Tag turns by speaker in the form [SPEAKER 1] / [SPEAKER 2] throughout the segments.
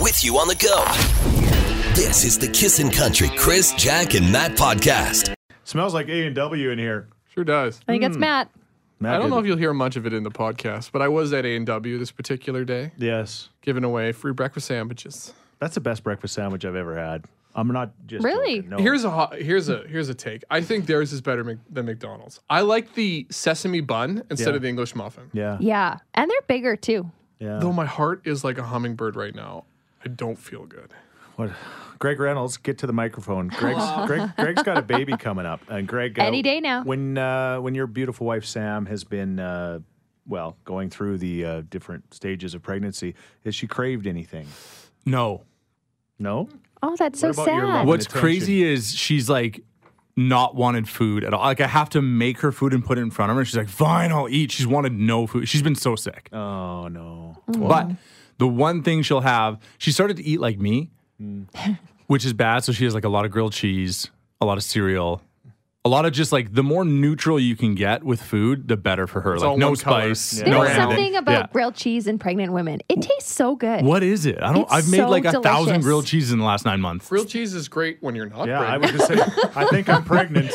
[SPEAKER 1] with you on the go. This is the Kissin' Country Chris, Jack, and Matt podcast.
[SPEAKER 2] Smells like A and W in here.
[SPEAKER 3] Sure does.
[SPEAKER 4] I think it's Matt.
[SPEAKER 2] Matt
[SPEAKER 3] I don't
[SPEAKER 2] did
[SPEAKER 3] know
[SPEAKER 2] it.
[SPEAKER 3] if you'll hear much of it in the podcast, but I was at A&W this particular day
[SPEAKER 2] Yes,
[SPEAKER 3] giving away free breakfast sandwiches.
[SPEAKER 2] that's the best breakfast sandwich I've ever had. I'm not just
[SPEAKER 4] Really?
[SPEAKER 2] joking, no.
[SPEAKER 3] Here's a hot, here's a here's a take. I think theirs is better Mc- than McDonald's. I like the sesame bun instead
[SPEAKER 2] Yeah.
[SPEAKER 3] of the English muffin.
[SPEAKER 2] yeah,
[SPEAKER 4] Yeah. And they're bigger too.
[SPEAKER 2] yeah.
[SPEAKER 3] Though my heart is like a hummingbird right now. I don't feel good.
[SPEAKER 2] What? Greg Reynolds, get to the microphone. Greg's, Greg, Greg's got a baby coming up, and Greg. uh,
[SPEAKER 4] Any day now.
[SPEAKER 2] When uh, when your beautiful wife Sam has been, uh, well, going through the uh, different stages of pregnancy, has she craved anything?
[SPEAKER 5] No.
[SPEAKER 2] No.
[SPEAKER 4] Oh, that's so
[SPEAKER 2] What about your
[SPEAKER 4] sad.
[SPEAKER 2] loved-
[SPEAKER 5] What's
[SPEAKER 2] attention.
[SPEAKER 5] crazy is she's like not wanted food at all. Like I have to make her food and put it in front of her. She's like, fine, I'll eat. She's wanted no food. She's been so sick.
[SPEAKER 2] Oh no.
[SPEAKER 4] Mm.
[SPEAKER 5] But the one thing she'll have, she started to eat like me,
[SPEAKER 4] Mm.
[SPEAKER 5] which is bad. So she has like a lot of grilled cheese, a lot of cereal, a lot of just like the more neutral you can get with food, the better for her.
[SPEAKER 3] It's all
[SPEAKER 5] like no
[SPEAKER 3] one color.
[SPEAKER 5] spice.
[SPEAKER 3] Yeah.
[SPEAKER 4] There's
[SPEAKER 5] No
[SPEAKER 3] Brown.
[SPEAKER 5] anything.
[SPEAKER 4] something about
[SPEAKER 5] Yeah.
[SPEAKER 4] grilled cheese in pregnant women. It tastes so good.
[SPEAKER 5] What is it? I don't.
[SPEAKER 4] It's
[SPEAKER 5] I've made
[SPEAKER 4] so
[SPEAKER 5] like a thousand
[SPEAKER 4] delicious.
[SPEAKER 5] grilled cheeses in the last nine months.
[SPEAKER 3] Grilled cheese is great when you're not.
[SPEAKER 2] Yeah, I was
[SPEAKER 3] pregnant.
[SPEAKER 2] just saying. I think I'm pregnant.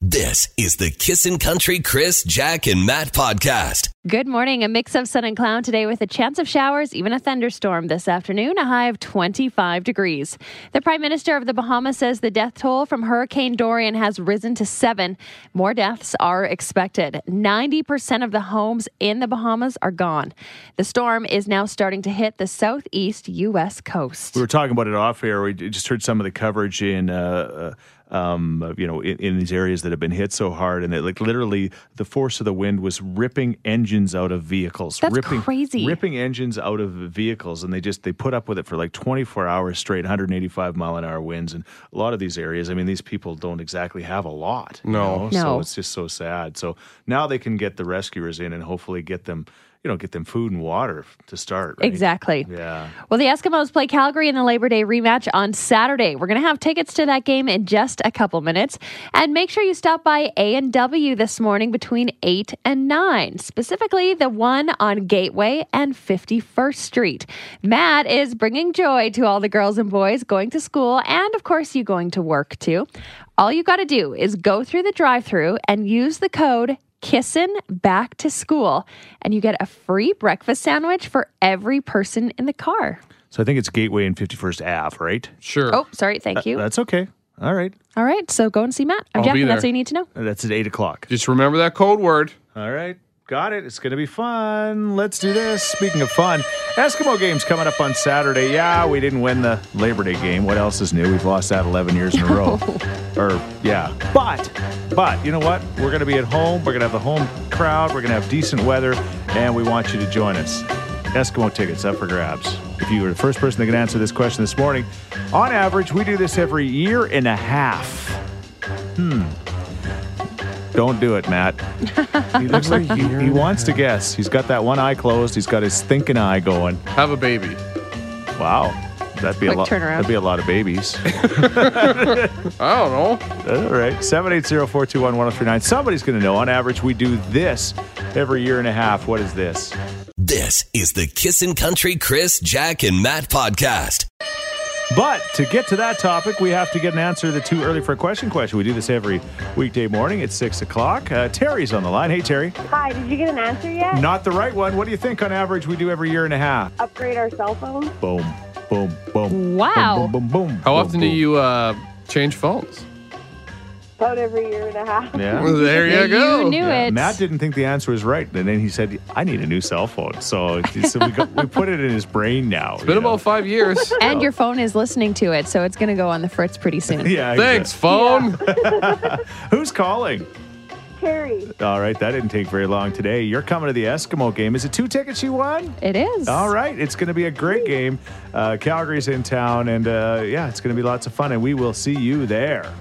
[SPEAKER 1] This is the Kissin' Country Chris, Jack, and Matt podcast.
[SPEAKER 4] Good morning. A mix of sun and cloud today with a chance of showers, even a thunderstorm this afternoon, a high of 25 degrees. The Prime Minister of the Bahamas says the death toll from Hurricane Dorian has risen to seven. More deaths are expected. 90% of the homes in the Bahamas are gone. The storm is now starting to hit the southeast U.S. coast.
[SPEAKER 2] we were talking about it off air. We just heard some of the coverage in, uh, uh, um, you know, in, in these areas that have been hit so hard, and that like literally the force of the wind was ripping engines out of vehicles.
[SPEAKER 4] That's
[SPEAKER 2] ripping,
[SPEAKER 4] crazy.
[SPEAKER 2] Ripping engines out of vehicles, and they just they put up with it for like 24 hours straight, 185 mile an hour winds, and a lot of these areas. I mean, these people don't exactly have a lot. you
[SPEAKER 3] No.
[SPEAKER 2] know?
[SPEAKER 4] No.
[SPEAKER 2] so it's just so sad. So now they can get the rescuers in and hopefully get them, you know, get them food and water to start. Right?
[SPEAKER 4] Exactly.
[SPEAKER 2] Yeah.
[SPEAKER 4] Well, the Eskimos play Calgary in the Labor Day rematch on Saturday. We're going to have tickets to that game in just a couple minutes. And make sure you stop by A&W this morning between 8 and 9, specifically the one on Gateway and 51st Street. Matt is bringing joy to all the girls and boys going to school and, of course, you going to work too. All you got to do is go through the drive-through and use the code Kissin' back to school, and you get a free breakfast sandwich for every person in the car.
[SPEAKER 2] So I think it's Gateway and 51st Ave, right?
[SPEAKER 3] sure.
[SPEAKER 4] Oh, sorry. Thank you.
[SPEAKER 2] That's okay. All right.
[SPEAKER 4] All right. So go and see Matt. I'm
[SPEAKER 3] I'll
[SPEAKER 4] Jack,
[SPEAKER 3] be
[SPEAKER 4] and that's
[SPEAKER 3] there.
[SPEAKER 4] all you need to know.
[SPEAKER 2] That's at 8 o'clock.
[SPEAKER 3] Just remember that code word.
[SPEAKER 2] All right. Got it. It's going to be fun. Let's do this. Speaking of fun, Eskimo games coming up on Saturday. Yeah, we didn't win the Labor Day game. What else is new? We've lost that 11 years in a row. or, yeah. But, but, you know what? We're going to be at home. We're going to have the home crowd. We're going to have decent weather. And we want you to join us. Eskimo tickets up for grabs. If you were the first person that could answer this question this morning, on average, we do this every year and a half. Hmm. Don't do it, Matt. He looks like he, he wants to guess. He's got that one eye closed. He's got his thinking eye going.
[SPEAKER 3] Have a baby.
[SPEAKER 2] Wow, that'd be a
[SPEAKER 4] Quick
[SPEAKER 2] lot.
[SPEAKER 4] turnaround.
[SPEAKER 2] That'd be a lot of babies.
[SPEAKER 3] I don't know.
[SPEAKER 2] All right, seven eight zero four two one one zero three nine. Somebody's going to know. On average, we do this every year and a half. What is this?
[SPEAKER 1] This is the Kissin' Country Chris, Jack, and Matt podcast.
[SPEAKER 2] But to get to that topic, we have to get an answer to the too early for a question question. We do this every weekday morning at six o'clock. Uh, Terry's on the line. Hey, Terry.
[SPEAKER 6] Hi, did you get an answer yet?
[SPEAKER 2] Not the right one. What do you think on average we do every year and a half?
[SPEAKER 6] Upgrade our cell phones?
[SPEAKER 2] Boom, boom, boom.
[SPEAKER 4] Wow.
[SPEAKER 2] Boom, boom, boom. boom
[SPEAKER 3] How often do
[SPEAKER 2] boom.
[SPEAKER 3] you uh, change phones?
[SPEAKER 6] About every year and a half.
[SPEAKER 2] Yeah.
[SPEAKER 3] Well, there you go.
[SPEAKER 4] You knew
[SPEAKER 2] Yeah,
[SPEAKER 4] it.
[SPEAKER 2] Matt didn't think the answer was right, and then he said, "I need a new cell phone." So, so we, go, we put it in his brain now.
[SPEAKER 3] Been about five years.
[SPEAKER 4] and your phone is listening to it, so it's going to go on the fritz pretty soon.
[SPEAKER 2] Yeah.
[SPEAKER 3] Thanks, phone.
[SPEAKER 2] exactly. Who's calling?
[SPEAKER 6] Terry,
[SPEAKER 2] All right, that didn't take very long today. You're coming to the Eskimo game. Is it two tickets you won?
[SPEAKER 4] It is.
[SPEAKER 2] All right, it's going to be a great game. Uh, Calgary's in town, and uh, yeah, it's going to be lots of fun. And we will see you there.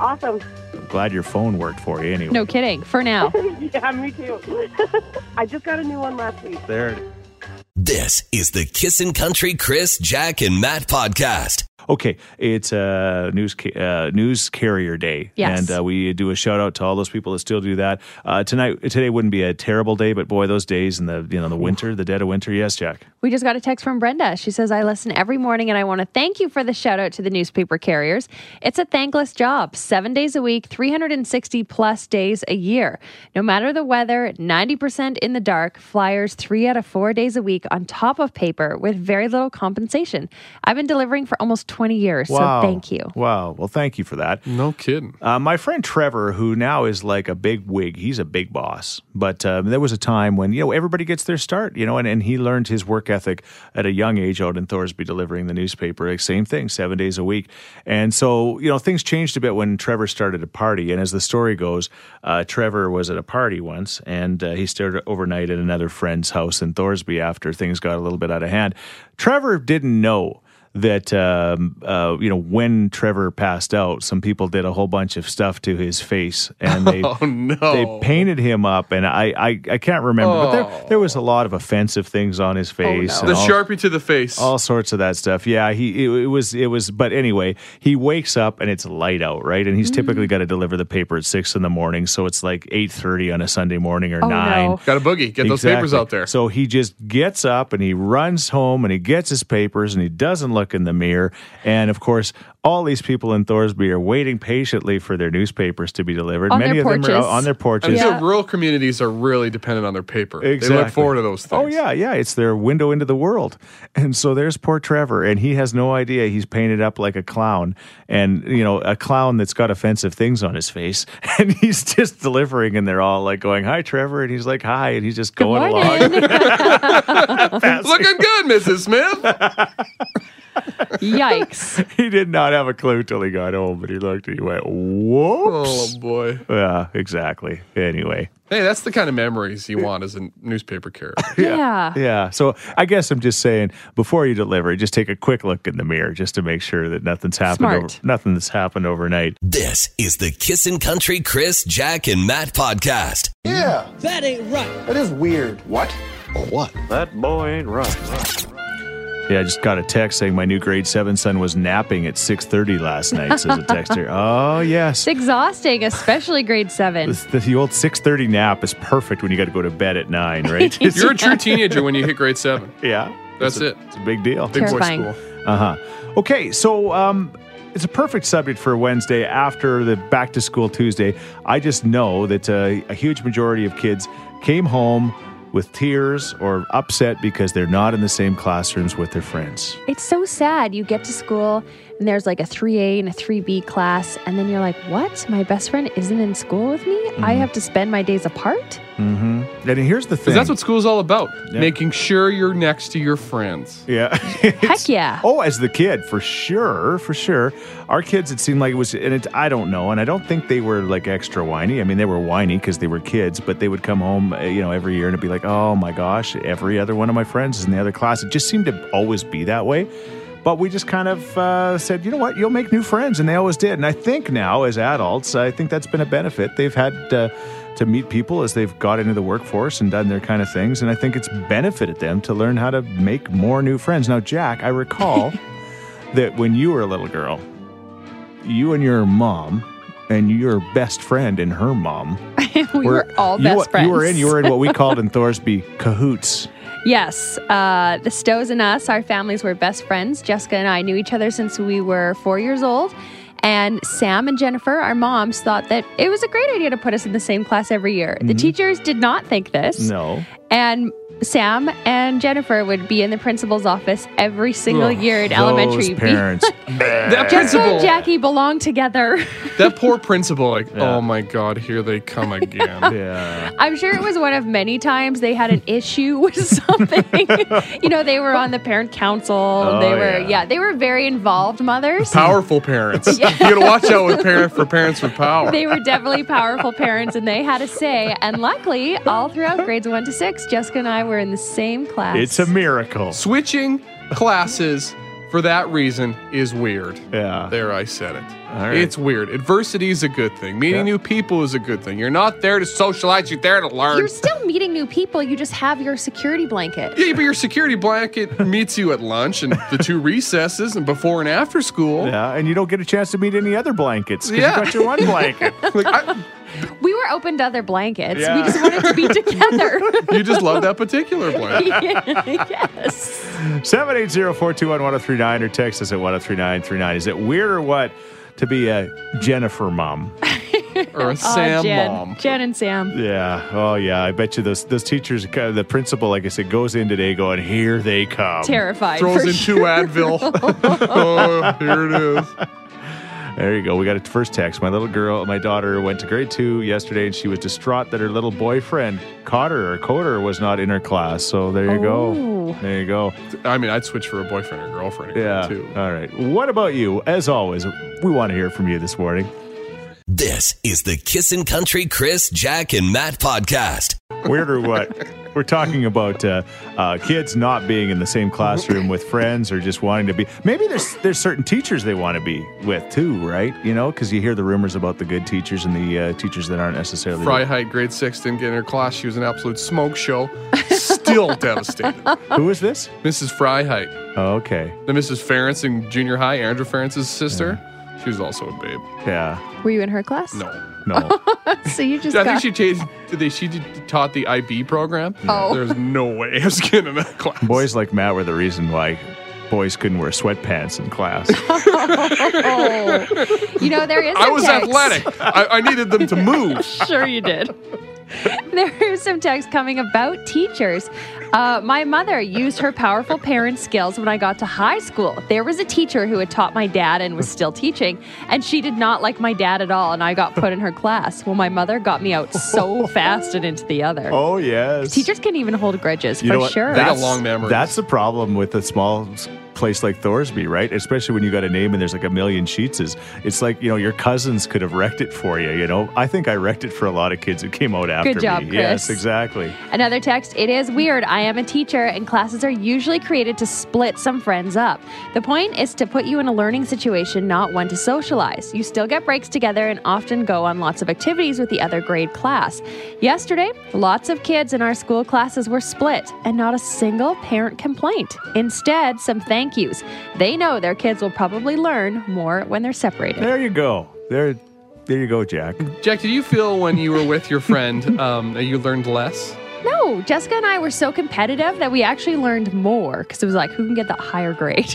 [SPEAKER 6] awesome.
[SPEAKER 2] I'm glad your phone worked for you anyway.
[SPEAKER 4] No kidding. For now.
[SPEAKER 6] yeah, me too. I just got a new one last week.
[SPEAKER 2] There. it is.
[SPEAKER 1] This is the Kissin' Country Chris, Jack, and Matt podcast.
[SPEAKER 2] Okay, it's uh, news ca- uh, news carrier day,
[SPEAKER 4] Yes.
[SPEAKER 2] and uh, we do a shout out to all those people that still do that. Uh, tonight, today wouldn't be a terrible day, but boy, those days in the you know the winter, the dead of winter. Yes, Jack.
[SPEAKER 4] We just got a text from Brenda. She says, I listen every morning and I want to thank you for the shout out to the newspaper carriers. It's a thankless job, seven days a week, 360 plus days a year. No matter the weather, 90% in the dark, flyers three out of four days a week on top of paper with very little compensation. I've been delivering for almost 20 years, so thank you.
[SPEAKER 2] Wow. Well, thank you for that.
[SPEAKER 3] No kidding.
[SPEAKER 2] Uh, my friend Trevor, who now is like a big wig, he's a big boss. But um, there was a time when, you know, everybody gets their start, you know, and, and he learned his work ethic at a young age out in Thorsby delivering the newspaper. Like, same thing, seven days a week. And so, you know, things changed a bit when Trevor started a party. And as the story goes, uh, Trevor was at a party once and uh, he stayed overnight at another friend's house in Thorsby after things got a little bit out of hand. Trevor didn't know that um, uh, you know when Trevor passed out, some people did a whole bunch of stuff to his face, and they
[SPEAKER 3] Oh no.
[SPEAKER 2] they painted him up, and I I, I can't remember, but
[SPEAKER 3] Oh.
[SPEAKER 2] there there was a lot of offensive things on his face. and
[SPEAKER 3] the
[SPEAKER 2] all-
[SPEAKER 3] sharpie to the face.
[SPEAKER 2] all sorts of that stuff. Yeah, he it, it was it was. But anyway, he wakes up and it's light out, right? And he's
[SPEAKER 4] Mm-hmm.
[SPEAKER 2] typically got to deliver the paper at six in the morning, so it's like eight thirty on a Sunday morning or
[SPEAKER 4] Oh,
[SPEAKER 2] nine.
[SPEAKER 4] no.
[SPEAKER 3] Got a boogie. Get those papers
[SPEAKER 2] Exactly.
[SPEAKER 3] out there.
[SPEAKER 2] So he just gets up and he runs home and he gets his papers and he doesn't look in the mirror. And of course, all these people in Thorsby are waiting patiently for their newspapers to be delivered.
[SPEAKER 4] On
[SPEAKER 2] Many
[SPEAKER 4] their
[SPEAKER 2] of them are
[SPEAKER 4] porches.
[SPEAKER 2] out on their
[SPEAKER 3] and
[SPEAKER 2] porches.
[SPEAKER 4] Yeah.
[SPEAKER 3] the rural communities are really dependent on their paper. They
[SPEAKER 2] Exactly.
[SPEAKER 3] look forward to those things.
[SPEAKER 2] Oh yeah, yeah. It's their window into the world. And so there's poor Trevor, and he has no idea he's painted up like a clown, and you know, a clown that's got offensive things on his face, and he's just delivering, and they're all like going, "Hi, Trevor," and he's like, "Hi," and he's just
[SPEAKER 4] Good
[SPEAKER 2] going along.
[SPEAKER 4] morning.
[SPEAKER 3] Looking good, Mrs. Smith.
[SPEAKER 4] Yikes.
[SPEAKER 2] he did not have a clue till he got home, but he looked and he went, whoops.
[SPEAKER 3] Oh boy.
[SPEAKER 2] Yeah, exactly. Anyway.
[SPEAKER 3] Hey, that's the kind of memories you want as a newspaper character.
[SPEAKER 4] Yeah.
[SPEAKER 2] Yeah. So I guess I'm just saying before you deliver, just take a quick look in the mirror just to make sure that nothing's happened
[SPEAKER 4] Smart.
[SPEAKER 2] over, nothing that's happened overnight.
[SPEAKER 1] This is the Kissin' Country Chris, Jack, and Matt podcast.
[SPEAKER 7] That ain't right.
[SPEAKER 8] That is weird. What?
[SPEAKER 2] Yeah, I just got a text saying my new grade seven son was napping at six thirty last night, says a texter. Oh yes.
[SPEAKER 4] It's exhausting, especially grade seven.
[SPEAKER 2] The, the old six thirty nap is perfect when you gotta go to bed at nine, right?
[SPEAKER 3] You're a true teenager when you hit grade seven.
[SPEAKER 2] yeah.
[SPEAKER 3] That's
[SPEAKER 2] It's a-
[SPEAKER 3] it.
[SPEAKER 2] It's a big deal.
[SPEAKER 3] Big
[SPEAKER 4] Terrifying.
[SPEAKER 3] boy school.
[SPEAKER 2] Uh huh. Okay, so um, it's a perfect subject for Wednesday after the back to school Tuesday. I just know that uh, a huge majority of kids came home with tears or upset because they're not in the same classrooms with their friends.
[SPEAKER 4] It's so sad. You get to school and there's like a 3A and a 3B class, and then you're like, what? My best friend isn't in school with me? I have to spend my days apart?
[SPEAKER 2] Mm-hmm. And here's the thing.
[SPEAKER 3] Because that's what school's all about.
[SPEAKER 2] Yeah.
[SPEAKER 3] Making sure you're next to your friends.
[SPEAKER 2] Yeah.
[SPEAKER 4] Heck yeah.
[SPEAKER 2] Oh, as the kid, for sure, for sure. Our kids, it seemed like it was, and it, I don't know, and I don't think they were like extra whiny. I mean, they were whiny because they were kids, but they would come home, uh, you know, every year and it'd be like, oh my gosh, every other one of my friends is in the other class. It just seemed to always be that way. But we just kind of uh, said, you know what, you'll make new friends, and they always did. And I think now, as adults, I think that's been a benefit. They've had. Uh, to meet people as they've got into the workforce and done their kind of things. And I think it's benefited them to learn how to make more new friends. Now, Jack, I recall that when you were a little girl, you and your mom and your best friend and her mom
[SPEAKER 4] we were, all
[SPEAKER 2] you
[SPEAKER 4] best
[SPEAKER 2] were-
[SPEAKER 4] friends.
[SPEAKER 2] You were in you were in what we called in Thorsby cahoots.
[SPEAKER 4] Yes. Uh, the Stows and us, our families were best friends. Jessica and I knew each other since we were four years old. And Sam and Jennifer, our moms, thought that it was a great idea to put us in the same class every year.
[SPEAKER 2] Mm-hmm.
[SPEAKER 4] The teachers did not think this.
[SPEAKER 2] No.
[SPEAKER 4] And Sam and Jennifer would be in the principal's office every single
[SPEAKER 3] Ugh,
[SPEAKER 4] year in
[SPEAKER 2] Those
[SPEAKER 4] elementary.
[SPEAKER 2] parents.
[SPEAKER 3] That
[SPEAKER 4] Jessica
[SPEAKER 3] principal.
[SPEAKER 4] and Jackie belong together.
[SPEAKER 3] That poor principal. Like,
[SPEAKER 2] Yeah.
[SPEAKER 3] oh my God, here they come again.
[SPEAKER 2] yeah.
[SPEAKER 4] I'm sure it was one of many times they had an issue with something. you know, they were on the parent council. they were,
[SPEAKER 2] Oh, yeah.
[SPEAKER 4] yeah. they were very involved mothers.
[SPEAKER 3] Powerful parents. You gotta watch out with parent for parents with power.
[SPEAKER 4] They were definitely powerful parents and they had a say. And luckily, all throughout grades one to six, Jessica and I were in the same class.
[SPEAKER 2] It's a miracle.
[SPEAKER 3] Switching classes for that reason is weird.
[SPEAKER 2] Yeah.
[SPEAKER 3] There, I said it.
[SPEAKER 2] right.
[SPEAKER 3] It's weird. Adversity is a good thing. Meeting
[SPEAKER 2] Yeah.
[SPEAKER 3] new people is a good thing. You're not there to socialize, you're there to learn.
[SPEAKER 8] You're still meeting new people. You just have your security blanket.
[SPEAKER 3] yeah, but your security blanket meets you at lunch and the two recesses and before and after school.
[SPEAKER 2] Yeah, Uh, and you don't get a chance to meet any other blankets 'cause
[SPEAKER 3] Yeah.
[SPEAKER 2] you got your one blanket.
[SPEAKER 3] Like, I,
[SPEAKER 4] We were open to other blankets.
[SPEAKER 2] Yeah.
[SPEAKER 4] We just wanted to be together.
[SPEAKER 3] you just love that particular blanket.
[SPEAKER 4] yes.
[SPEAKER 2] 780-421-1039 or text us at 103939. Is it weird or what to be a Jennifer mom?
[SPEAKER 3] or a
[SPEAKER 4] Aw,
[SPEAKER 3] Sam
[SPEAKER 4] Jen.
[SPEAKER 3] mom.
[SPEAKER 4] Jen and Sam.
[SPEAKER 2] Yeah. Oh yeah. I bet you those those teachers, kind of- the principal, like I said, goes in today going, "Here they come."
[SPEAKER 4] Terrified.
[SPEAKER 3] Throws
[SPEAKER 4] for
[SPEAKER 3] in
[SPEAKER 4] sure.
[SPEAKER 3] two Advil. oh, here it is.
[SPEAKER 2] There you go. We got a first text. My little girl, my daughter, went to grade two yesterday, and she was distraught that her little boyfriend caught her or caught her was not in her class. So there you
[SPEAKER 4] Oh.
[SPEAKER 2] go. There you go.
[SPEAKER 3] I mean, I'd switch for a boyfriend or girlfriend
[SPEAKER 2] Yeah.
[SPEAKER 3] too.
[SPEAKER 2] All right. What about you? As always, we want to hear from you this morning.
[SPEAKER 1] This is the Kissin' Country Chris, Jack, and Matt podcast.
[SPEAKER 2] Weird or what? We're talking about uh, uh, kids not being in the same classroom with friends or just wanting to be. Maybe there's there's certain teachers they want to be with too, right? You know, because you hear the rumors about the good teachers and the uh, teachers that aren't necessarily.
[SPEAKER 3] Fry height, grade six, didn't get in her class. She was an absolute smoke show. Still devastated.
[SPEAKER 2] Who is this?
[SPEAKER 3] Mrs. Fry height,
[SPEAKER 2] Oh, okay.
[SPEAKER 3] the Mrs. Ference in junior high, Andrew Ference's sister. She was also a babe.
[SPEAKER 2] Yeah.
[SPEAKER 8] Were you in her class?
[SPEAKER 3] No,
[SPEAKER 2] No.
[SPEAKER 8] So you just
[SPEAKER 3] I
[SPEAKER 8] got
[SPEAKER 3] think she changed. Did they? She did, taught the IB program.
[SPEAKER 8] Oh.
[SPEAKER 3] there's no way I was getting in that class.
[SPEAKER 2] boys like Matt were the reason why boys couldn't wear sweatpants in class.
[SPEAKER 4] Oh. You know, there is.
[SPEAKER 3] I
[SPEAKER 4] some
[SPEAKER 3] was
[SPEAKER 4] text.
[SPEAKER 3] athletic. I, I needed them to move.
[SPEAKER 4] Sure, you did. There is some text coming about teachers. Uh, my mother used her powerful parent skills when I got to high school. There was a teacher who had taught my dad and was still teaching, and she did not like my dad at all, and I got put in her class. Well, my mother got me out so fast and into the other.
[SPEAKER 2] oh yes.
[SPEAKER 4] Teachers can even hold grudges for sure.
[SPEAKER 3] They got long memories.
[SPEAKER 2] That's the problem with a small s- place like Thorsby, right? Especially when you got a name and there's like a million sheets. Is it's like you know your cousins could have wrecked it for you. You know, I think I wrecked it for a lot of kids who came out after
[SPEAKER 4] job,
[SPEAKER 2] me.
[SPEAKER 4] Chris.
[SPEAKER 2] Yes, exactly.
[SPEAKER 4] Another text, it is weird. I am a teacher, and classes are usually created to split some friends up. The point is to put you in a learning situation, not one to socialize. You still get breaks together and often go on lots of activities with the other grade class. Yesterday, lots of kids in our school classes were split, and not a single parent complaint. Instead, some thank yous. They know their kids will probably learn more when they're separated.
[SPEAKER 2] There you go. There, there you go, Jack.
[SPEAKER 3] Jack, did you feel when you were with your friend um, that you learned less?
[SPEAKER 4] No, Jessica and I were so competitive that we actually learned more because it was like, who can get that higher grade?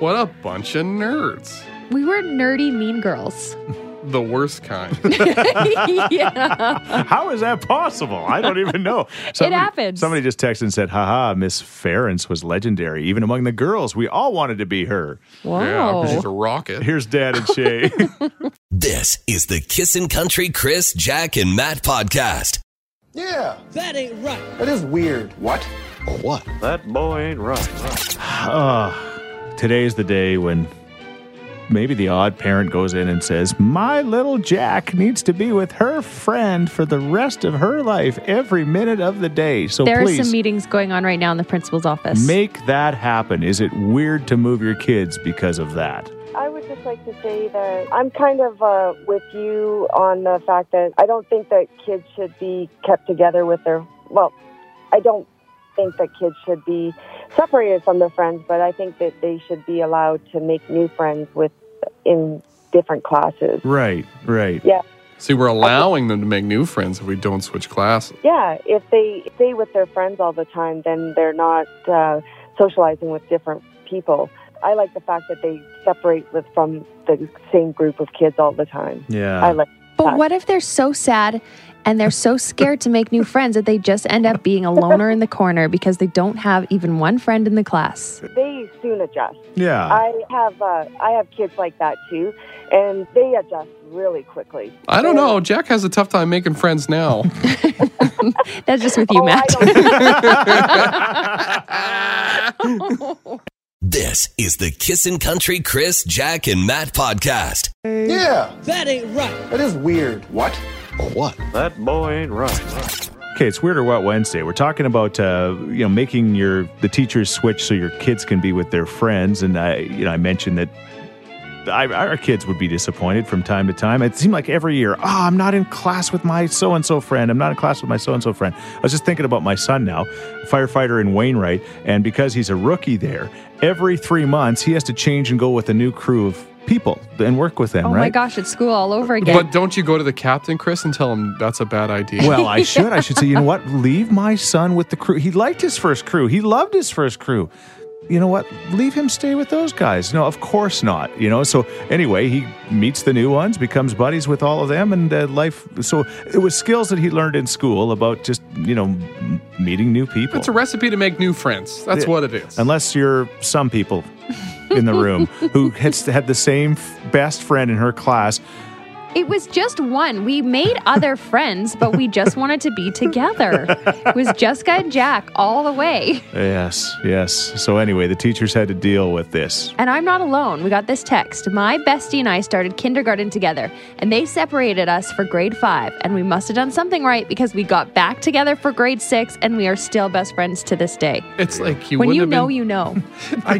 [SPEAKER 3] What a bunch of nerds.
[SPEAKER 4] We were nerdy mean girls.
[SPEAKER 3] The worst kind.
[SPEAKER 4] yeah.
[SPEAKER 2] How is that possible? I don't even know.
[SPEAKER 4] happens.
[SPEAKER 2] Somebody just texted and said, haha, Miss Ference was legendary. Even among the girls, we all wanted to be her.
[SPEAKER 4] Wow.
[SPEAKER 3] she's a rocket.
[SPEAKER 2] Here's Dad and Shay.
[SPEAKER 1] This is the Kissin' Country Chris, Jack, and Matt podcast.
[SPEAKER 9] Yeah,
[SPEAKER 7] That ain't right.
[SPEAKER 9] that is weird. What? What?
[SPEAKER 2] Ah, today's the day when maybe the odd parent goes in and says, My little Jack needs to be with her friend for the rest of her life every minute of the day. So
[SPEAKER 4] there are some
[SPEAKER 2] please
[SPEAKER 4] meetings going on right now in the principal's office.
[SPEAKER 2] make that happen. Is it weird to move your kids because of that?
[SPEAKER 6] I would just like to say that I'm kind of uh, with you on the fact that I don't think that kids should be kept together with their. Well, I don't think that kids should be separated from their friends, but I think that they should be allowed to make new friends with in different classes.
[SPEAKER 2] Right, right.
[SPEAKER 6] Yeah,
[SPEAKER 3] See, we're allowing them to make new friends if we don't switch classes.
[SPEAKER 6] yeah. If they stay with their friends all the time, then they're not uh, socializing with different people. I like the fact that they separate with from the same group of kids all the time.
[SPEAKER 2] Yeah.
[SPEAKER 6] I like.
[SPEAKER 8] But what if they're so sad and they're so scared to make new friends that they just end up being a loner in the corner because they don't have even one friend in the class?
[SPEAKER 6] they soon adjust.
[SPEAKER 2] yeah.
[SPEAKER 6] I have uh, I have kids like that too, and they adjust really quickly.
[SPEAKER 3] I don't know. Jack has a tough time making friends now.
[SPEAKER 4] That's just with you,
[SPEAKER 6] Oh, I
[SPEAKER 4] Matt.
[SPEAKER 6] don't-
[SPEAKER 1] This is the Kissin' Country Chris, Jack, and Matt podcast.
[SPEAKER 9] Yeah,
[SPEAKER 7] That ain't right.
[SPEAKER 9] that is weird. What? What?
[SPEAKER 2] Okay, it's Weird or What Wednesday. We're talking about uh, you know making your the teachers switch so your kids can be with their friends, and I you know I mentioned that. I, our kids would be disappointed from time to time. It seemed like every year, oh, I'm not in class with my so and so friend. I'm not in class with my so and so friend. I was just thinking about my son now, firefighter in Wainwright, and because he's a rookie there, every three months he has to change and go with a new crew of people and work with them.
[SPEAKER 4] Oh
[SPEAKER 2] right?
[SPEAKER 4] my gosh, it's school all over again.
[SPEAKER 3] But don't you go to the captain, Chris, and tell him that's a bad idea?
[SPEAKER 2] Well, I should. I should say, you know what? Leave my son with the crew. He liked his first crew. He loved his first crew. You know what? Leave him stay with those guys. No, of course not. You know. So anyway, he meets the new ones, becomes buddies with all of them, and uh, life. So it was skills that he learned in school about just you know m- meeting new people.
[SPEAKER 3] it's a recipe to make new friends. That's what it is.
[SPEAKER 2] Unless you're some people in the room who has had the same f- best friend in her class.
[SPEAKER 4] It was just one. We made other friends, but we just wanted to be together. It was Jessica and Jack all the way.
[SPEAKER 2] Yes, yes. So anyway, the teachers had to deal with this.
[SPEAKER 4] And I'm not alone. We got this text. My bestie and I started kindergarten together, and they separated us for grade five. And we must have done something right because we got back together for grade six, and we are still best friends to this day.
[SPEAKER 3] it's like you
[SPEAKER 4] when
[SPEAKER 3] wouldn't
[SPEAKER 4] you
[SPEAKER 3] have
[SPEAKER 4] know,
[SPEAKER 3] been-
[SPEAKER 4] you know.
[SPEAKER 3] I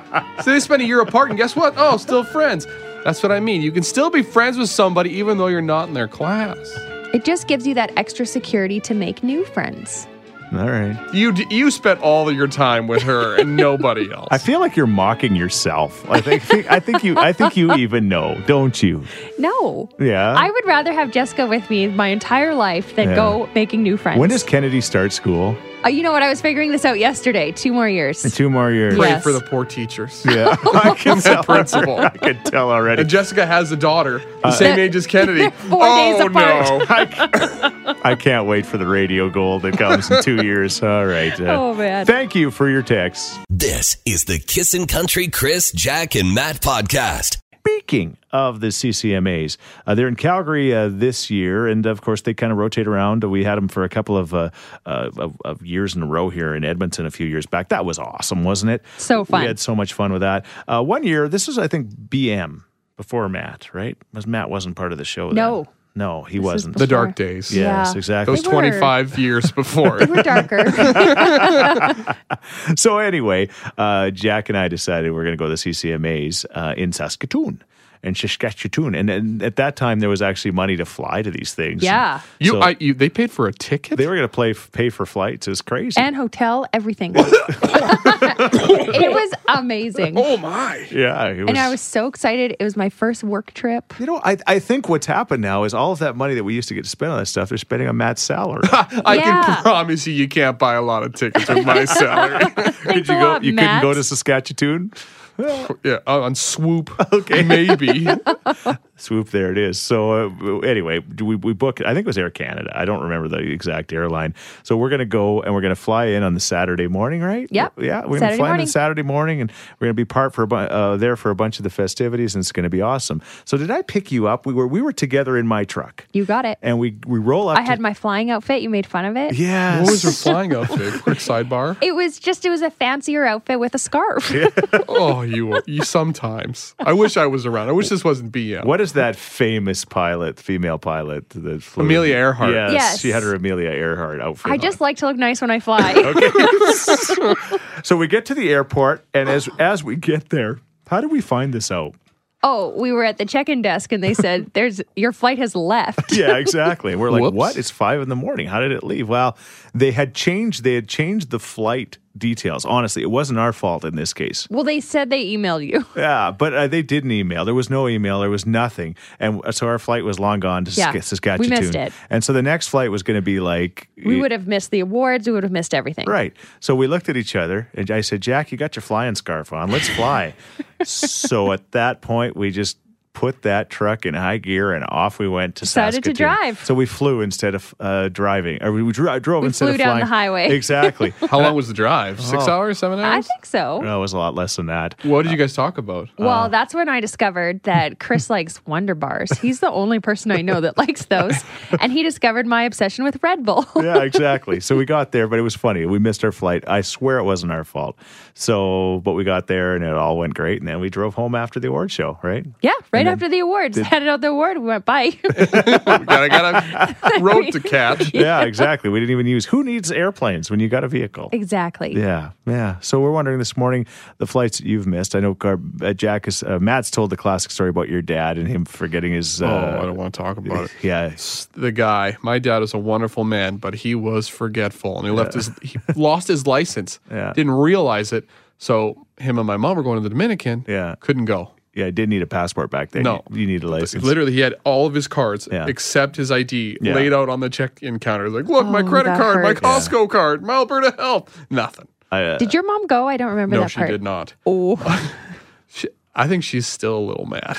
[SPEAKER 3] guess. so they spent a year apart, and guess what? Oh, still friends. That's what I mean. You can still be friends with somebody even though you're not in their class.
[SPEAKER 4] It just gives you that extra security to make new friends.
[SPEAKER 2] All right.
[SPEAKER 3] You d- you spent all of your time with her and nobody else.
[SPEAKER 2] I feel like you're mocking yourself. I think I think you I think you even know, don't you?
[SPEAKER 4] No.
[SPEAKER 2] Yeah.
[SPEAKER 4] I would rather have Jessica with me my entire life than
[SPEAKER 2] Yeah.
[SPEAKER 4] go making new friends.
[SPEAKER 2] when does Kennedy start school?
[SPEAKER 4] Uh, you know what? I was figuring this out yesterday. Two more
[SPEAKER 2] In
[SPEAKER 4] years.
[SPEAKER 2] two more years.
[SPEAKER 3] Pray
[SPEAKER 4] Yes.
[SPEAKER 3] for the poor teachers.
[SPEAKER 2] Yeah. I can tell.
[SPEAKER 3] Principal.
[SPEAKER 2] I can tell
[SPEAKER 3] And
[SPEAKER 2] already.
[SPEAKER 3] Jessica has a daughter the same age as Kennedy.
[SPEAKER 4] Uh, four
[SPEAKER 3] oh,
[SPEAKER 4] days apart.
[SPEAKER 3] no.
[SPEAKER 2] I can't wait for the radio gold that comes in two years. All right. uh,
[SPEAKER 4] Oh, man.
[SPEAKER 2] Thank you for your text.
[SPEAKER 1] This is the Kissin' Country Chris, Jack, and Matt podcast.
[SPEAKER 2] Speaking of the CCMAs, uh, they're in Calgary uh, this year, and of course they kind of rotate around. We had them for a couple of, uh, uh, of of years in a row here in Edmonton a few years back. That was awesome, wasn't it?
[SPEAKER 4] So fun.
[SPEAKER 2] We had so much fun with that. Uh, one year, this was I think BM before Matt, right? Was Matt wasn't part of the show? then.
[SPEAKER 4] No.
[SPEAKER 2] no, he wasn't.
[SPEAKER 3] The dark days.
[SPEAKER 4] Yeah.
[SPEAKER 2] yes, exactly.
[SPEAKER 3] Those
[SPEAKER 4] They were.
[SPEAKER 3] 25 years before.
[SPEAKER 4] They were darker.
[SPEAKER 2] so anyway, uh, Jack and I decided we're going to go to the CCMAs uh, in Saskatoon and Saskatchewan, and, and at that time there was actually money to fly to these things.
[SPEAKER 4] Yeah.
[SPEAKER 3] You,
[SPEAKER 2] So-
[SPEAKER 3] I, you, they paid for a ticket.
[SPEAKER 2] They were going to play pay for flights. It's crazy.
[SPEAKER 4] and hotel, everything. it was amazing.
[SPEAKER 3] oh my!
[SPEAKER 2] yeah, it was,
[SPEAKER 4] And I was so excited. It was my first work trip.
[SPEAKER 2] You know, I, I think what's happened now is all of that money that we used to get to spend on that stuff, they're spending on Matt's salary.
[SPEAKER 3] I
[SPEAKER 4] Yeah.
[SPEAKER 3] can promise you, you can't buy a lot of tickets with my salary.
[SPEAKER 4] Thanks
[SPEAKER 2] you
[SPEAKER 4] a
[SPEAKER 2] go,
[SPEAKER 4] lot,
[SPEAKER 2] you
[SPEAKER 4] Matt.
[SPEAKER 2] couldn't go to Saskatchewan.
[SPEAKER 3] yeah, uh, on swoop. Okay, maybe.
[SPEAKER 2] Swoop, there it is. So uh, anyway, do we we booked. I think it was Air Canada. I don't remember the exact airline. So we're gonna go and we're gonna fly in on the Saturday morning, right?
[SPEAKER 4] Yep.
[SPEAKER 2] Yeah, we're gonna
[SPEAKER 4] Saturday
[SPEAKER 2] fly in on
[SPEAKER 4] morning.
[SPEAKER 2] Saturday morning, and we're gonna be part for a bu- uh, there for a bunch of the festivities, and it's gonna be awesome. So did I pick you up? We were we were together in my truck,
[SPEAKER 4] You got it.
[SPEAKER 2] and we we roll up.
[SPEAKER 4] I had
[SPEAKER 2] to,
[SPEAKER 4] my flying outfit. You made fun of it.
[SPEAKER 2] yes.
[SPEAKER 3] What was her flying outfit? Quick sidebar.
[SPEAKER 4] It was just, it was a fancier outfit with a scarf.
[SPEAKER 3] Oh, you, you. Sometimes I wish I was around. I wish this wasn't BM.
[SPEAKER 2] What is that famous pilot, female pilot that flew?
[SPEAKER 3] Amelia Earhart.
[SPEAKER 2] Yes,
[SPEAKER 4] Yes.
[SPEAKER 2] she had her Amelia Earhart outfit.
[SPEAKER 4] I
[SPEAKER 2] on.
[SPEAKER 4] just like to look nice when I fly.
[SPEAKER 2] so we get to the airport, and as as we get there, how do we find this out?
[SPEAKER 4] oh, we were at the check in desk and they said, there's, your flight has left.
[SPEAKER 2] Yeah, exactly. We're like,
[SPEAKER 3] Whoops.
[SPEAKER 2] what? It's five in the morning. How did it leave? Well, they had changed. They had changed the flight details. Honestly, it wasn't our fault in this case.
[SPEAKER 4] Well, they said they emailed you.
[SPEAKER 2] Yeah, but uh, they didn't email. There was no email. There was nothing, and uh, so our flight was long gone to
[SPEAKER 4] Yeah,
[SPEAKER 2] Sask-
[SPEAKER 4] we
[SPEAKER 2] Saskatchewan.
[SPEAKER 4] missed it.
[SPEAKER 2] And so the next flight was going to be like
[SPEAKER 4] We would have missed the awards. We would have missed everything.
[SPEAKER 2] Right. So we looked at each other and I said, Jack, you got your flying scarf on. Let's fly. so at that point, we just put that truck in high gear and off we went to
[SPEAKER 4] Decided to
[SPEAKER 2] Saskatoon.
[SPEAKER 4] drive.
[SPEAKER 2] So we flew instead of uh, driving, or we, dro- drove
[SPEAKER 4] We
[SPEAKER 2] instead
[SPEAKER 4] flew
[SPEAKER 2] of
[SPEAKER 4] down
[SPEAKER 2] flying.
[SPEAKER 4] the highway.
[SPEAKER 2] Exactly.
[SPEAKER 3] How long was the drive? Six hours? Seven
[SPEAKER 4] Oh. I
[SPEAKER 3] hours?
[SPEAKER 4] think so.
[SPEAKER 2] no, it was a lot less than that.
[SPEAKER 3] what did you guys talk about?
[SPEAKER 2] Uh.
[SPEAKER 4] Well, that's when I discovered that Chris likes Wonder Bars. He's the only person I know that likes those. And he discovered my obsession with Red Bull.
[SPEAKER 2] yeah, exactly. So we got there, but it was funny. We missed our flight. I swear it wasn't our fault. So, but we got there and it all went great. And then we drove home after the award show, right?
[SPEAKER 4] yeah, right right
[SPEAKER 2] And then-
[SPEAKER 4] after the awards, handed out the award. We went by.
[SPEAKER 3] We got, I got a road to catch.
[SPEAKER 2] yeah, exactly. We didn't even use who needs airplanes when you got a vehicle.
[SPEAKER 4] exactly.
[SPEAKER 2] Yeah, yeah. So we're wondering this morning the flights that you've missed. I know Gar- uh, Jack is uh, Matt's told the classic story about your dad and him forgetting his. Uh,
[SPEAKER 3] oh, I don't want to talk about it.
[SPEAKER 2] yeah,
[SPEAKER 3] The guy, my dad was a wonderful man, but he was forgetful and he left his he lost his license.
[SPEAKER 2] Yeah.
[SPEAKER 3] Didn't realize it. So him and my mom were going to the Dominican.
[SPEAKER 2] Yeah.
[SPEAKER 3] Couldn't go.
[SPEAKER 2] yeah. I did need a passport back then.
[SPEAKER 3] No.
[SPEAKER 2] you, you need a license.
[SPEAKER 3] Literally, he had all of his cards
[SPEAKER 2] Yeah.
[SPEAKER 3] except his ID
[SPEAKER 2] Yeah.
[SPEAKER 3] laid out on the check-in counter. Like, look, my
[SPEAKER 4] Oh,
[SPEAKER 3] credit
[SPEAKER 4] that
[SPEAKER 3] card, my
[SPEAKER 4] hurts. Yeah.
[SPEAKER 3] Costco card, my Alberta Health, nothing.
[SPEAKER 2] I, uh,
[SPEAKER 4] Did your mom go? I don't remember
[SPEAKER 3] no,
[SPEAKER 4] that
[SPEAKER 3] she
[SPEAKER 4] part.
[SPEAKER 3] did not.
[SPEAKER 4] Oh,
[SPEAKER 3] She, I think she's still a little mad.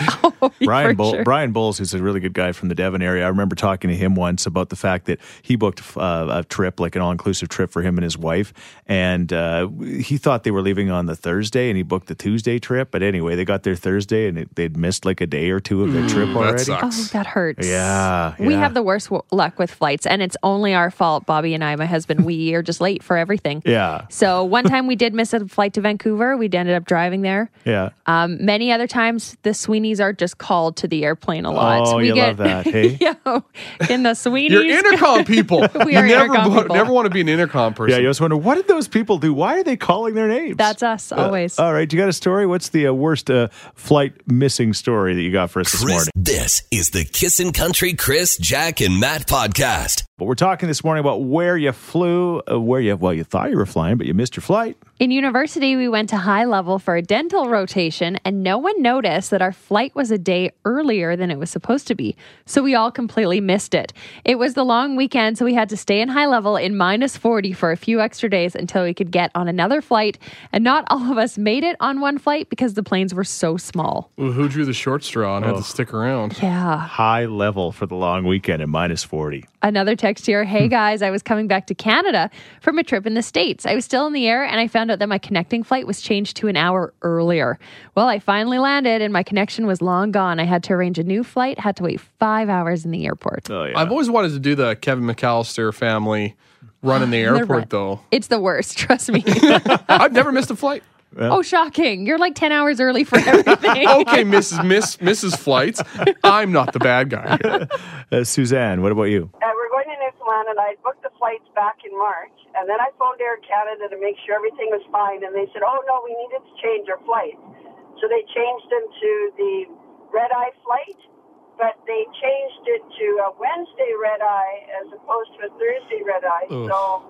[SPEAKER 2] Brian, Bull,
[SPEAKER 4] sure.
[SPEAKER 2] Brian Bowles, who's a really good guy from the Devon area, I remember talking to him once about the fact that he booked uh, a trip, like an all inclusive trip for him and his wife. And uh, he thought they were leaving on the Thursday and he booked the Tuesday trip. But anyway, they got there Thursday and it, they'd missed like a day or two of their trip already.
[SPEAKER 3] Mm, that
[SPEAKER 4] oh,
[SPEAKER 3] sucks.
[SPEAKER 4] that hurts.
[SPEAKER 2] Yeah,
[SPEAKER 4] We
[SPEAKER 2] yeah.
[SPEAKER 4] have the worst w- luck with flights, and it's only our fault. Bobby and I, my husband, we are just late for everything.
[SPEAKER 2] Yeah.
[SPEAKER 4] So one time we did miss a flight to Vancouver. We ended up driving there.
[SPEAKER 2] Yeah.
[SPEAKER 4] Um, many other times, the Sweeneys are just called to the airplane a lot.
[SPEAKER 2] Oh,
[SPEAKER 4] we
[SPEAKER 2] you love
[SPEAKER 4] get,
[SPEAKER 2] that, hey?
[SPEAKER 4] yo, in the Sweeneys.
[SPEAKER 3] You're intercom people.
[SPEAKER 4] oh, We
[SPEAKER 3] you
[SPEAKER 4] are
[SPEAKER 3] never,
[SPEAKER 4] intercom
[SPEAKER 3] wa-
[SPEAKER 4] people.
[SPEAKER 3] never want to be an intercom person.
[SPEAKER 2] Yeah, you always wonder what did those people do? Why are they calling their names?
[SPEAKER 4] That's
[SPEAKER 2] Uh,
[SPEAKER 4] us always.
[SPEAKER 2] all right. You got a story? What's the uh, worst uh, flight missing story that you got for us this
[SPEAKER 1] Chris,
[SPEAKER 2] morning?
[SPEAKER 1] this is the Kissin' Country Chris, Jack, and Matt podcast.
[SPEAKER 2] But we're talking this morning about where you flew, uh, where you well, you thought you were flying, but you missed your flight.
[SPEAKER 4] In university, we went to high level for a dental rotation, and no one noticed that our flight was a day earlier than it was supposed to be. So we all completely missed it. It was the long weekend, so we had to stay in high level in minus 40 for a few extra days until we could get on another flight. And not all of us made it on one flight because the planes were so small.
[SPEAKER 3] Well, who drew the short straw and had
[SPEAKER 2] Oh.
[SPEAKER 3] to stick around?
[SPEAKER 4] Yeah.
[SPEAKER 2] High level for the long weekend at minus forty.
[SPEAKER 4] Another text here. Hey guys, I was coming back to Canada from a trip in the States. I was still in the air and I found out that my connecting flight was changed to an hour earlier. Well, I finally landed and my connection was long gone. I had to arrange a new flight, had to wait five hours in the airport.
[SPEAKER 2] Oh yeah.
[SPEAKER 3] I've always wanted to do the Kevin McAllister family run in the
[SPEAKER 4] They're
[SPEAKER 3] airport,
[SPEAKER 4] right.
[SPEAKER 3] though.
[SPEAKER 4] It's the worst, trust me.
[SPEAKER 3] I've never missed a flight.
[SPEAKER 4] oh, shocking. You're like 10 hours early for everything.
[SPEAKER 3] Okay, Mrs. Miss Mrs. Flights, I'm not the bad guy. here.
[SPEAKER 2] Uh, Suzanne, what about you?
[SPEAKER 6] Uh, we're going to Newfoundland, and I booked the flights back in March. And then I phoned Air Canada to make sure everything was fine. And they said, oh, no, we needed to change our flights. So they changed them to the red eye flight, but they changed it to a Wednesday red eye as opposed to a Thursday red eye. So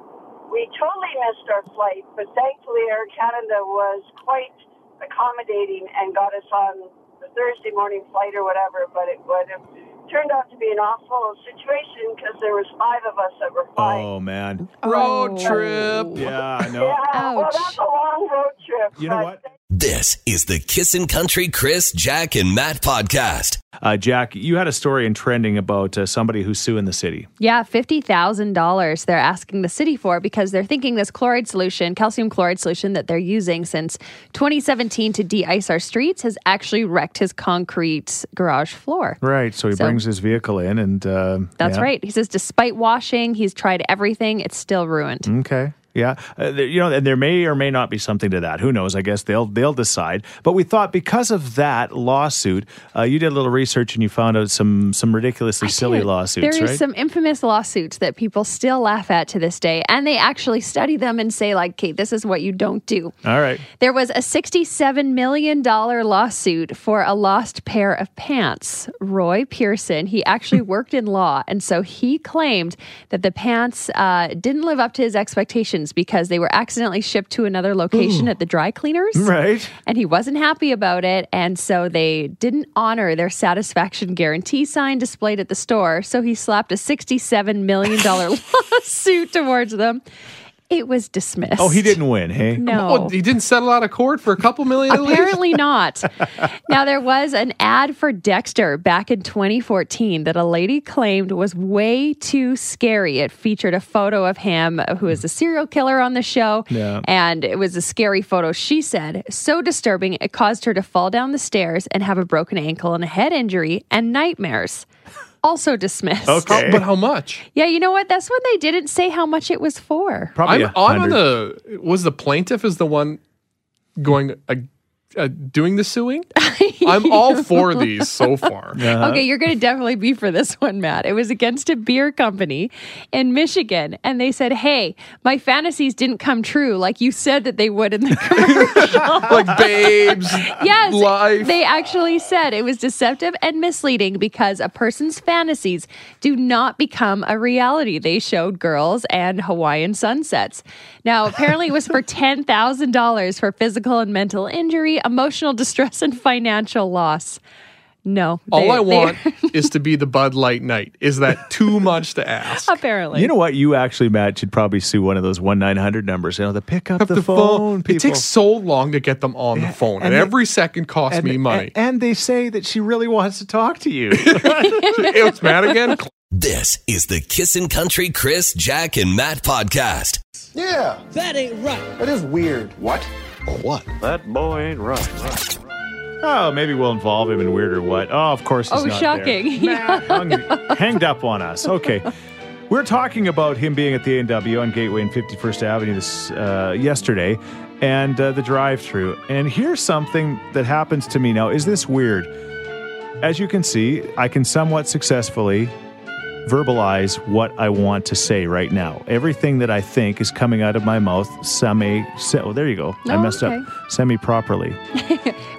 [SPEAKER 6] we totally missed our flight, but thankfully Air Canada was quite accommodating and got us on the Thursday morning flight or whatever. But it would have turned out to be an awful situation because there was five of us that were flying.
[SPEAKER 2] Oh man.
[SPEAKER 3] Road
[SPEAKER 4] Oh.
[SPEAKER 3] trip.
[SPEAKER 2] Yeah, I know.
[SPEAKER 6] Yeah, well,
[SPEAKER 4] Ouch.
[SPEAKER 6] that's a long road trip.
[SPEAKER 2] You know
[SPEAKER 6] but
[SPEAKER 2] what?
[SPEAKER 1] This is the Kissin' Country Chris, Jack, and Matt podcast.
[SPEAKER 2] Uh, Jack, you had a story in trending about uh, somebody who's suing the city.
[SPEAKER 4] Yeah, $50,000 they're asking the city for because they're thinking this chloride solution, calcium chloride solution that they're using since 2017 to de ice our streets has actually wrecked his concrete garage floor.
[SPEAKER 2] Right. So he
[SPEAKER 4] So-
[SPEAKER 2] brings his vehicle in, and uh,
[SPEAKER 4] That's
[SPEAKER 2] yeah.
[SPEAKER 4] right. He says, despite washing, he's tried everything, it's still ruined.
[SPEAKER 2] Okay. Yeah, uh, there, you know, and there may or may not be something to that. Who knows? I guess they'll they'll decide. But we thought because of that lawsuit, uh, you did a little research and you found out some some ridiculously silly
[SPEAKER 4] Dude,
[SPEAKER 2] lawsuits,
[SPEAKER 4] There is
[SPEAKER 2] right?
[SPEAKER 4] some infamous lawsuits that people still laugh at to this day, and they actually study them and say, like, okay, this is what you don't do.
[SPEAKER 2] All right.
[SPEAKER 4] There was a $67 million lawsuit for a lost pair of pants. Roy Pearson, he actually worked in law. And so he claimed that the pants uh, didn't live up to his expectations because they were accidentally shipped to another location at the dry cleaners.
[SPEAKER 2] Right.
[SPEAKER 4] And he wasn't happy about it. And so they didn't honor their satisfaction guarantee sign displayed at the store. So he slapped a $67 million lawsuit towards them. It was dismissed.
[SPEAKER 2] Oh, he didn't win, Oh, hey?
[SPEAKER 4] No.
[SPEAKER 3] Well, he didn't settle out of court for a couple million. at least?
[SPEAKER 4] Oh. Apparently not. now, there was an ad for Dexter back in 2014 that a lady claimed was way too scary. It featured a photo of him uh, who is a serial killer on the show.
[SPEAKER 2] Yeah.
[SPEAKER 4] And it was a scary photo, she said. So disturbing, it caused her to fall down the stairs and have a broken ankle and a head injury and nightmares. Also dismissed.
[SPEAKER 2] Okay.
[SPEAKER 3] How- but how much?
[SPEAKER 4] Yeah, you know what? That's when they didn't say how much it was for.
[SPEAKER 2] Probably
[SPEAKER 3] I'm, I'm
[SPEAKER 2] 100.
[SPEAKER 3] on the was the plaintiff is the one going uh, uh, doing the suing. I'm all for these so far.
[SPEAKER 4] Okay, you're going to definitely be for this one, Matt. It was against a beer company in Michigan, and they said, "Hey, my fantasies didn't come true like you said that they would in the commercial."
[SPEAKER 3] Like babes.
[SPEAKER 4] Yes,
[SPEAKER 3] Life.
[SPEAKER 4] they actually said it was deceptive and misleading because a person's fantasies do not become a reality. They showed girls and Hawaiian sunsets. Now, apparently, it was for ten thousand dollars for physical and mental injury, emotional distress, and financial loss. No,
[SPEAKER 3] all
[SPEAKER 4] they-
[SPEAKER 3] I
[SPEAKER 4] they-
[SPEAKER 3] want is to be the Bud Light Knight. Is that too much to ask?
[SPEAKER 4] Apparently,
[SPEAKER 2] You know what? You actually, Matt, should probably sue one of those 1 900 numbers. You know, the pick up, the, phone, people.
[SPEAKER 3] It takes so long to get them on the phone, and,
[SPEAKER 2] and they-
[SPEAKER 3] every second costs
[SPEAKER 2] and,
[SPEAKER 3] me money.
[SPEAKER 2] And, and they say that she really wants to talk to you.
[SPEAKER 3] it's mad again.
[SPEAKER 1] This is the Kissin' Country Chris, Jack, and Matt podcast.
[SPEAKER 9] Yeah.
[SPEAKER 7] That ain't right.
[SPEAKER 9] That is weird. What? Or what?
[SPEAKER 2] oh, maybe we'll involve him in weird or what. Oh, of course. He's
[SPEAKER 4] Oh,
[SPEAKER 2] not
[SPEAKER 4] shocking.
[SPEAKER 2] There. Matt hung, hanged up on us. Okay. We're talking about him being at the A&W on Gateway and 51st Avenue this uh, yesterday and uh, the drive-through. And here's something that happens to me now. Is this weird? As you can see, I can somewhat successfully verbalize what I want to say right now. Everything that I think is coming out of my mouth semi. Se- oh, there you go. I
[SPEAKER 4] Oh,
[SPEAKER 2] messed
[SPEAKER 4] okay.
[SPEAKER 2] up. Semi properly.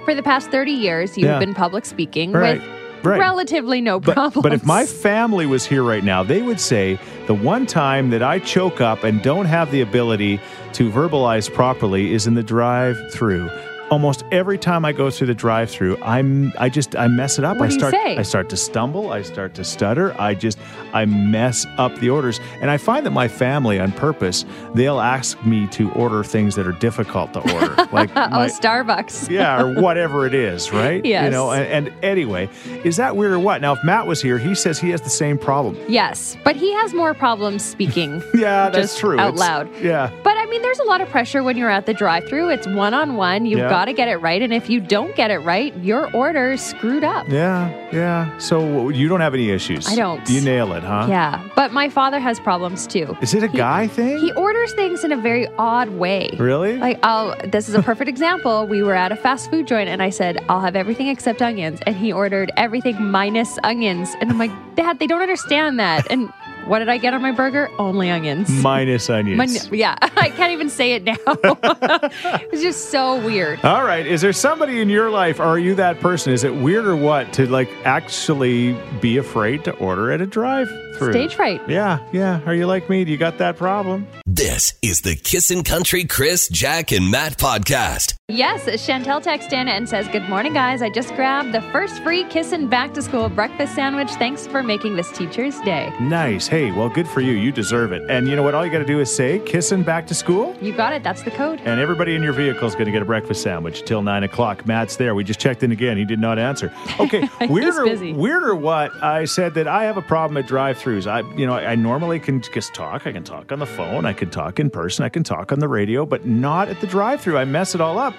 [SPEAKER 4] for the past thirty years, you've
[SPEAKER 2] Yeah.
[SPEAKER 4] been public speaking
[SPEAKER 2] Right.
[SPEAKER 4] with
[SPEAKER 2] Right.
[SPEAKER 4] relatively no
[SPEAKER 2] But,
[SPEAKER 4] problems.
[SPEAKER 2] but if my family was here right now, they would say the one time that I choke up and don't have the ability to verbalize properly is in the drive through. Almost every time I go through the drive through, I'm I just I mess it up.
[SPEAKER 4] What
[SPEAKER 2] I
[SPEAKER 4] do you
[SPEAKER 2] start
[SPEAKER 4] say?
[SPEAKER 2] I start to stumble, I start to stutter, I just I mess up the orders. And I find that my family on purpose, they'll ask me to order things that are difficult to order. Like
[SPEAKER 4] oh
[SPEAKER 2] my-
[SPEAKER 4] Starbucks,
[SPEAKER 2] yeah, or whatever it is, right? You
[SPEAKER 4] Yes.
[SPEAKER 2] know, and, and anyway, is that weird or what? Now, if Matt was here, he says he has the same problem.
[SPEAKER 4] yes, but he has more problems speaking.
[SPEAKER 2] Yeah, that's
[SPEAKER 4] Just
[SPEAKER 2] true.
[SPEAKER 4] out
[SPEAKER 2] It's-
[SPEAKER 4] loud.
[SPEAKER 2] Yeah.
[SPEAKER 4] But I mean, there's a lot of pressure when you're at the drive thru. It's one on one. You've
[SPEAKER 2] Yeah.
[SPEAKER 4] got to get it right. And if you don't get it right, your order is screwed up.
[SPEAKER 2] Yeah, yeah. So you don't have any issues.
[SPEAKER 4] I don't.
[SPEAKER 2] You nail it, huh?
[SPEAKER 4] Yeah. But my father has problems too.
[SPEAKER 2] Is it a guy thing?
[SPEAKER 4] He orders things in a very odd way.
[SPEAKER 2] really?
[SPEAKER 4] Like, oh, this is a perfect example. We were at a fast food joint and I said, I'll have everything except onions. And he ordered everything minus onions. And I'm like, Dad, they don't understand that. And what did I get on my burger? Only onions.
[SPEAKER 2] Minus onions.
[SPEAKER 4] Mon- yeah, I can't even say it now. it's just so weird.
[SPEAKER 2] All right. Is there somebody in your life, or are you that person? Is it weird or what to like actually be afraid to order at a drive-through?
[SPEAKER 4] Stage fright.
[SPEAKER 2] Yeah, yeah. Are you like me? Do you got that problem?
[SPEAKER 1] This is the Kissin' Country Chris, Jack, and Matt podcast.
[SPEAKER 4] Yes, Chantel texts in and says, Good morning, guys. I just grabbed the first free Kissin' Back to School breakfast sandwich. Thanks for making this teacher's day.
[SPEAKER 2] Nice. Hey, well, good for you. You deserve it. And you know what? All you got to do is say "Kissin' back to school.
[SPEAKER 4] You got it. That's the code.
[SPEAKER 2] And everybody in your vehicle is going to get a breakfast sandwich till nine o'clock. Matt's there. We just checked in again. He did not answer. Okay,
[SPEAKER 4] He's
[SPEAKER 2] weirder,
[SPEAKER 4] busy.
[SPEAKER 2] weirder. What I said that I have a problem at drive-throughs. I, you know, I normally can just talk. I can talk on the phone. I can talk in person. I can talk on the radio, but not at the drive-through. I mess it all up.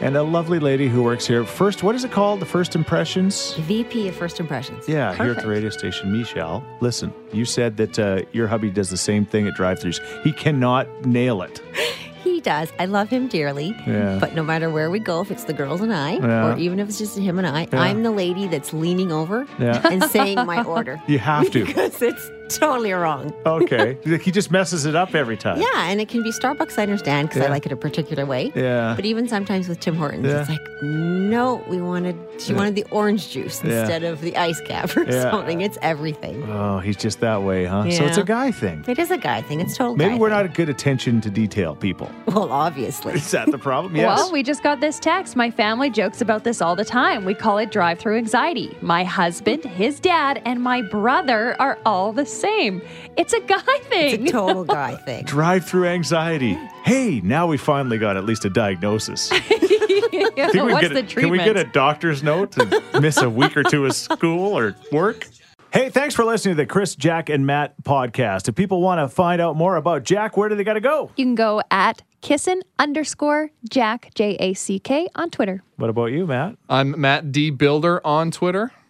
[SPEAKER 2] And a lovely lady who works here. First, what is it called? The first impressions.
[SPEAKER 10] VP of First Impressions.
[SPEAKER 2] Yeah, here at the radio station, Michelle. Listen, you said that uh, your hubby does the same thing at drive-throughs. He cannot nail it.
[SPEAKER 10] He does. I love him dearly.
[SPEAKER 2] Yeah.
[SPEAKER 10] But no matter where we go, if it's the girls and I,
[SPEAKER 2] Yeah.
[SPEAKER 10] or even if it's just him and I,
[SPEAKER 2] Yeah.
[SPEAKER 10] I'm the lady that's leaning over
[SPEAKER 2] Yeah.
[SPEAKER 10] and saying my order.
[SPEAKER 2] You have to.
[SPEAKER 10] Because it's totally wrong.
[SPEAKER 2] Okay, he just messes it up every time.
[SPEAKER 10] Yeah, and it can be Starbucks, I understand, because
[SPEAKER 2] Yeah.
[SPEAKER 10] I like it a particular way.
[SPEAKER 2] Yeah.
[SPEAKER 10] But even sometimes with Tim Hortons,
[SPEAKER 2] Yeah.
[SPEAKER 10] it's like, no, we wanted, she wanted the orange juice
[SPEAKER 2] Yeah.
[SPEAKER 10] instead of the ice cap or
[SPEAKER 2] Yeah.
[SPEAKER 10] something. It's everything.
[SPEAKER 2] Oh, he's just that way, huh? So it's a
[SPEAKER 10] Yeah.
[SPEAKER 2] guy thing.
[SPEAKER 10] It is a guy thing. It's total
[SPEAKER 2] Maybe
[SPEAKER 10] guy
[SPEAKER 2] we're
[SPEAKER 10] thing.
[SPEAKER 2] not a good attention to detail people.
[SPEAKER 10] Well, obviously.
[SPEAKER 2] Is that the problem? Yes.
[SPEAKER 4] Well, we just got this text. My family jokes about this all the time. We call it drive through anxiety. My husband, his dad, and my brother are all the same. It's a guy
[SPEAKER 10] It's
[SPEAKER 4] thing.
[SPEAKER 10] a total guy thing.
[SPEAKER 2] Drive-through anxiety. Hey, now we finally got at least a diagnosis. Think we can
[SPEAKER 4] What's
[SPEAKER 2] get
[SPEAKER 4] the
[SPEAKER 2] a-
[SPEAKER 4] treatment?
[SPEAKER 2] Can we get a doctor's note to miss a week or two of school or work? Hey, thanks for listening to the Chris, Jack, and Matt podcast. If people want to find out more about Jack, where do they got to go?
[SPEAKER 4] you can go at kissin underscore jack, J A C K, on Twitter.
[SPEAKER 2] What about you, Matt?
[SPEAKER 3] I'm Matt D Builder on Twitter.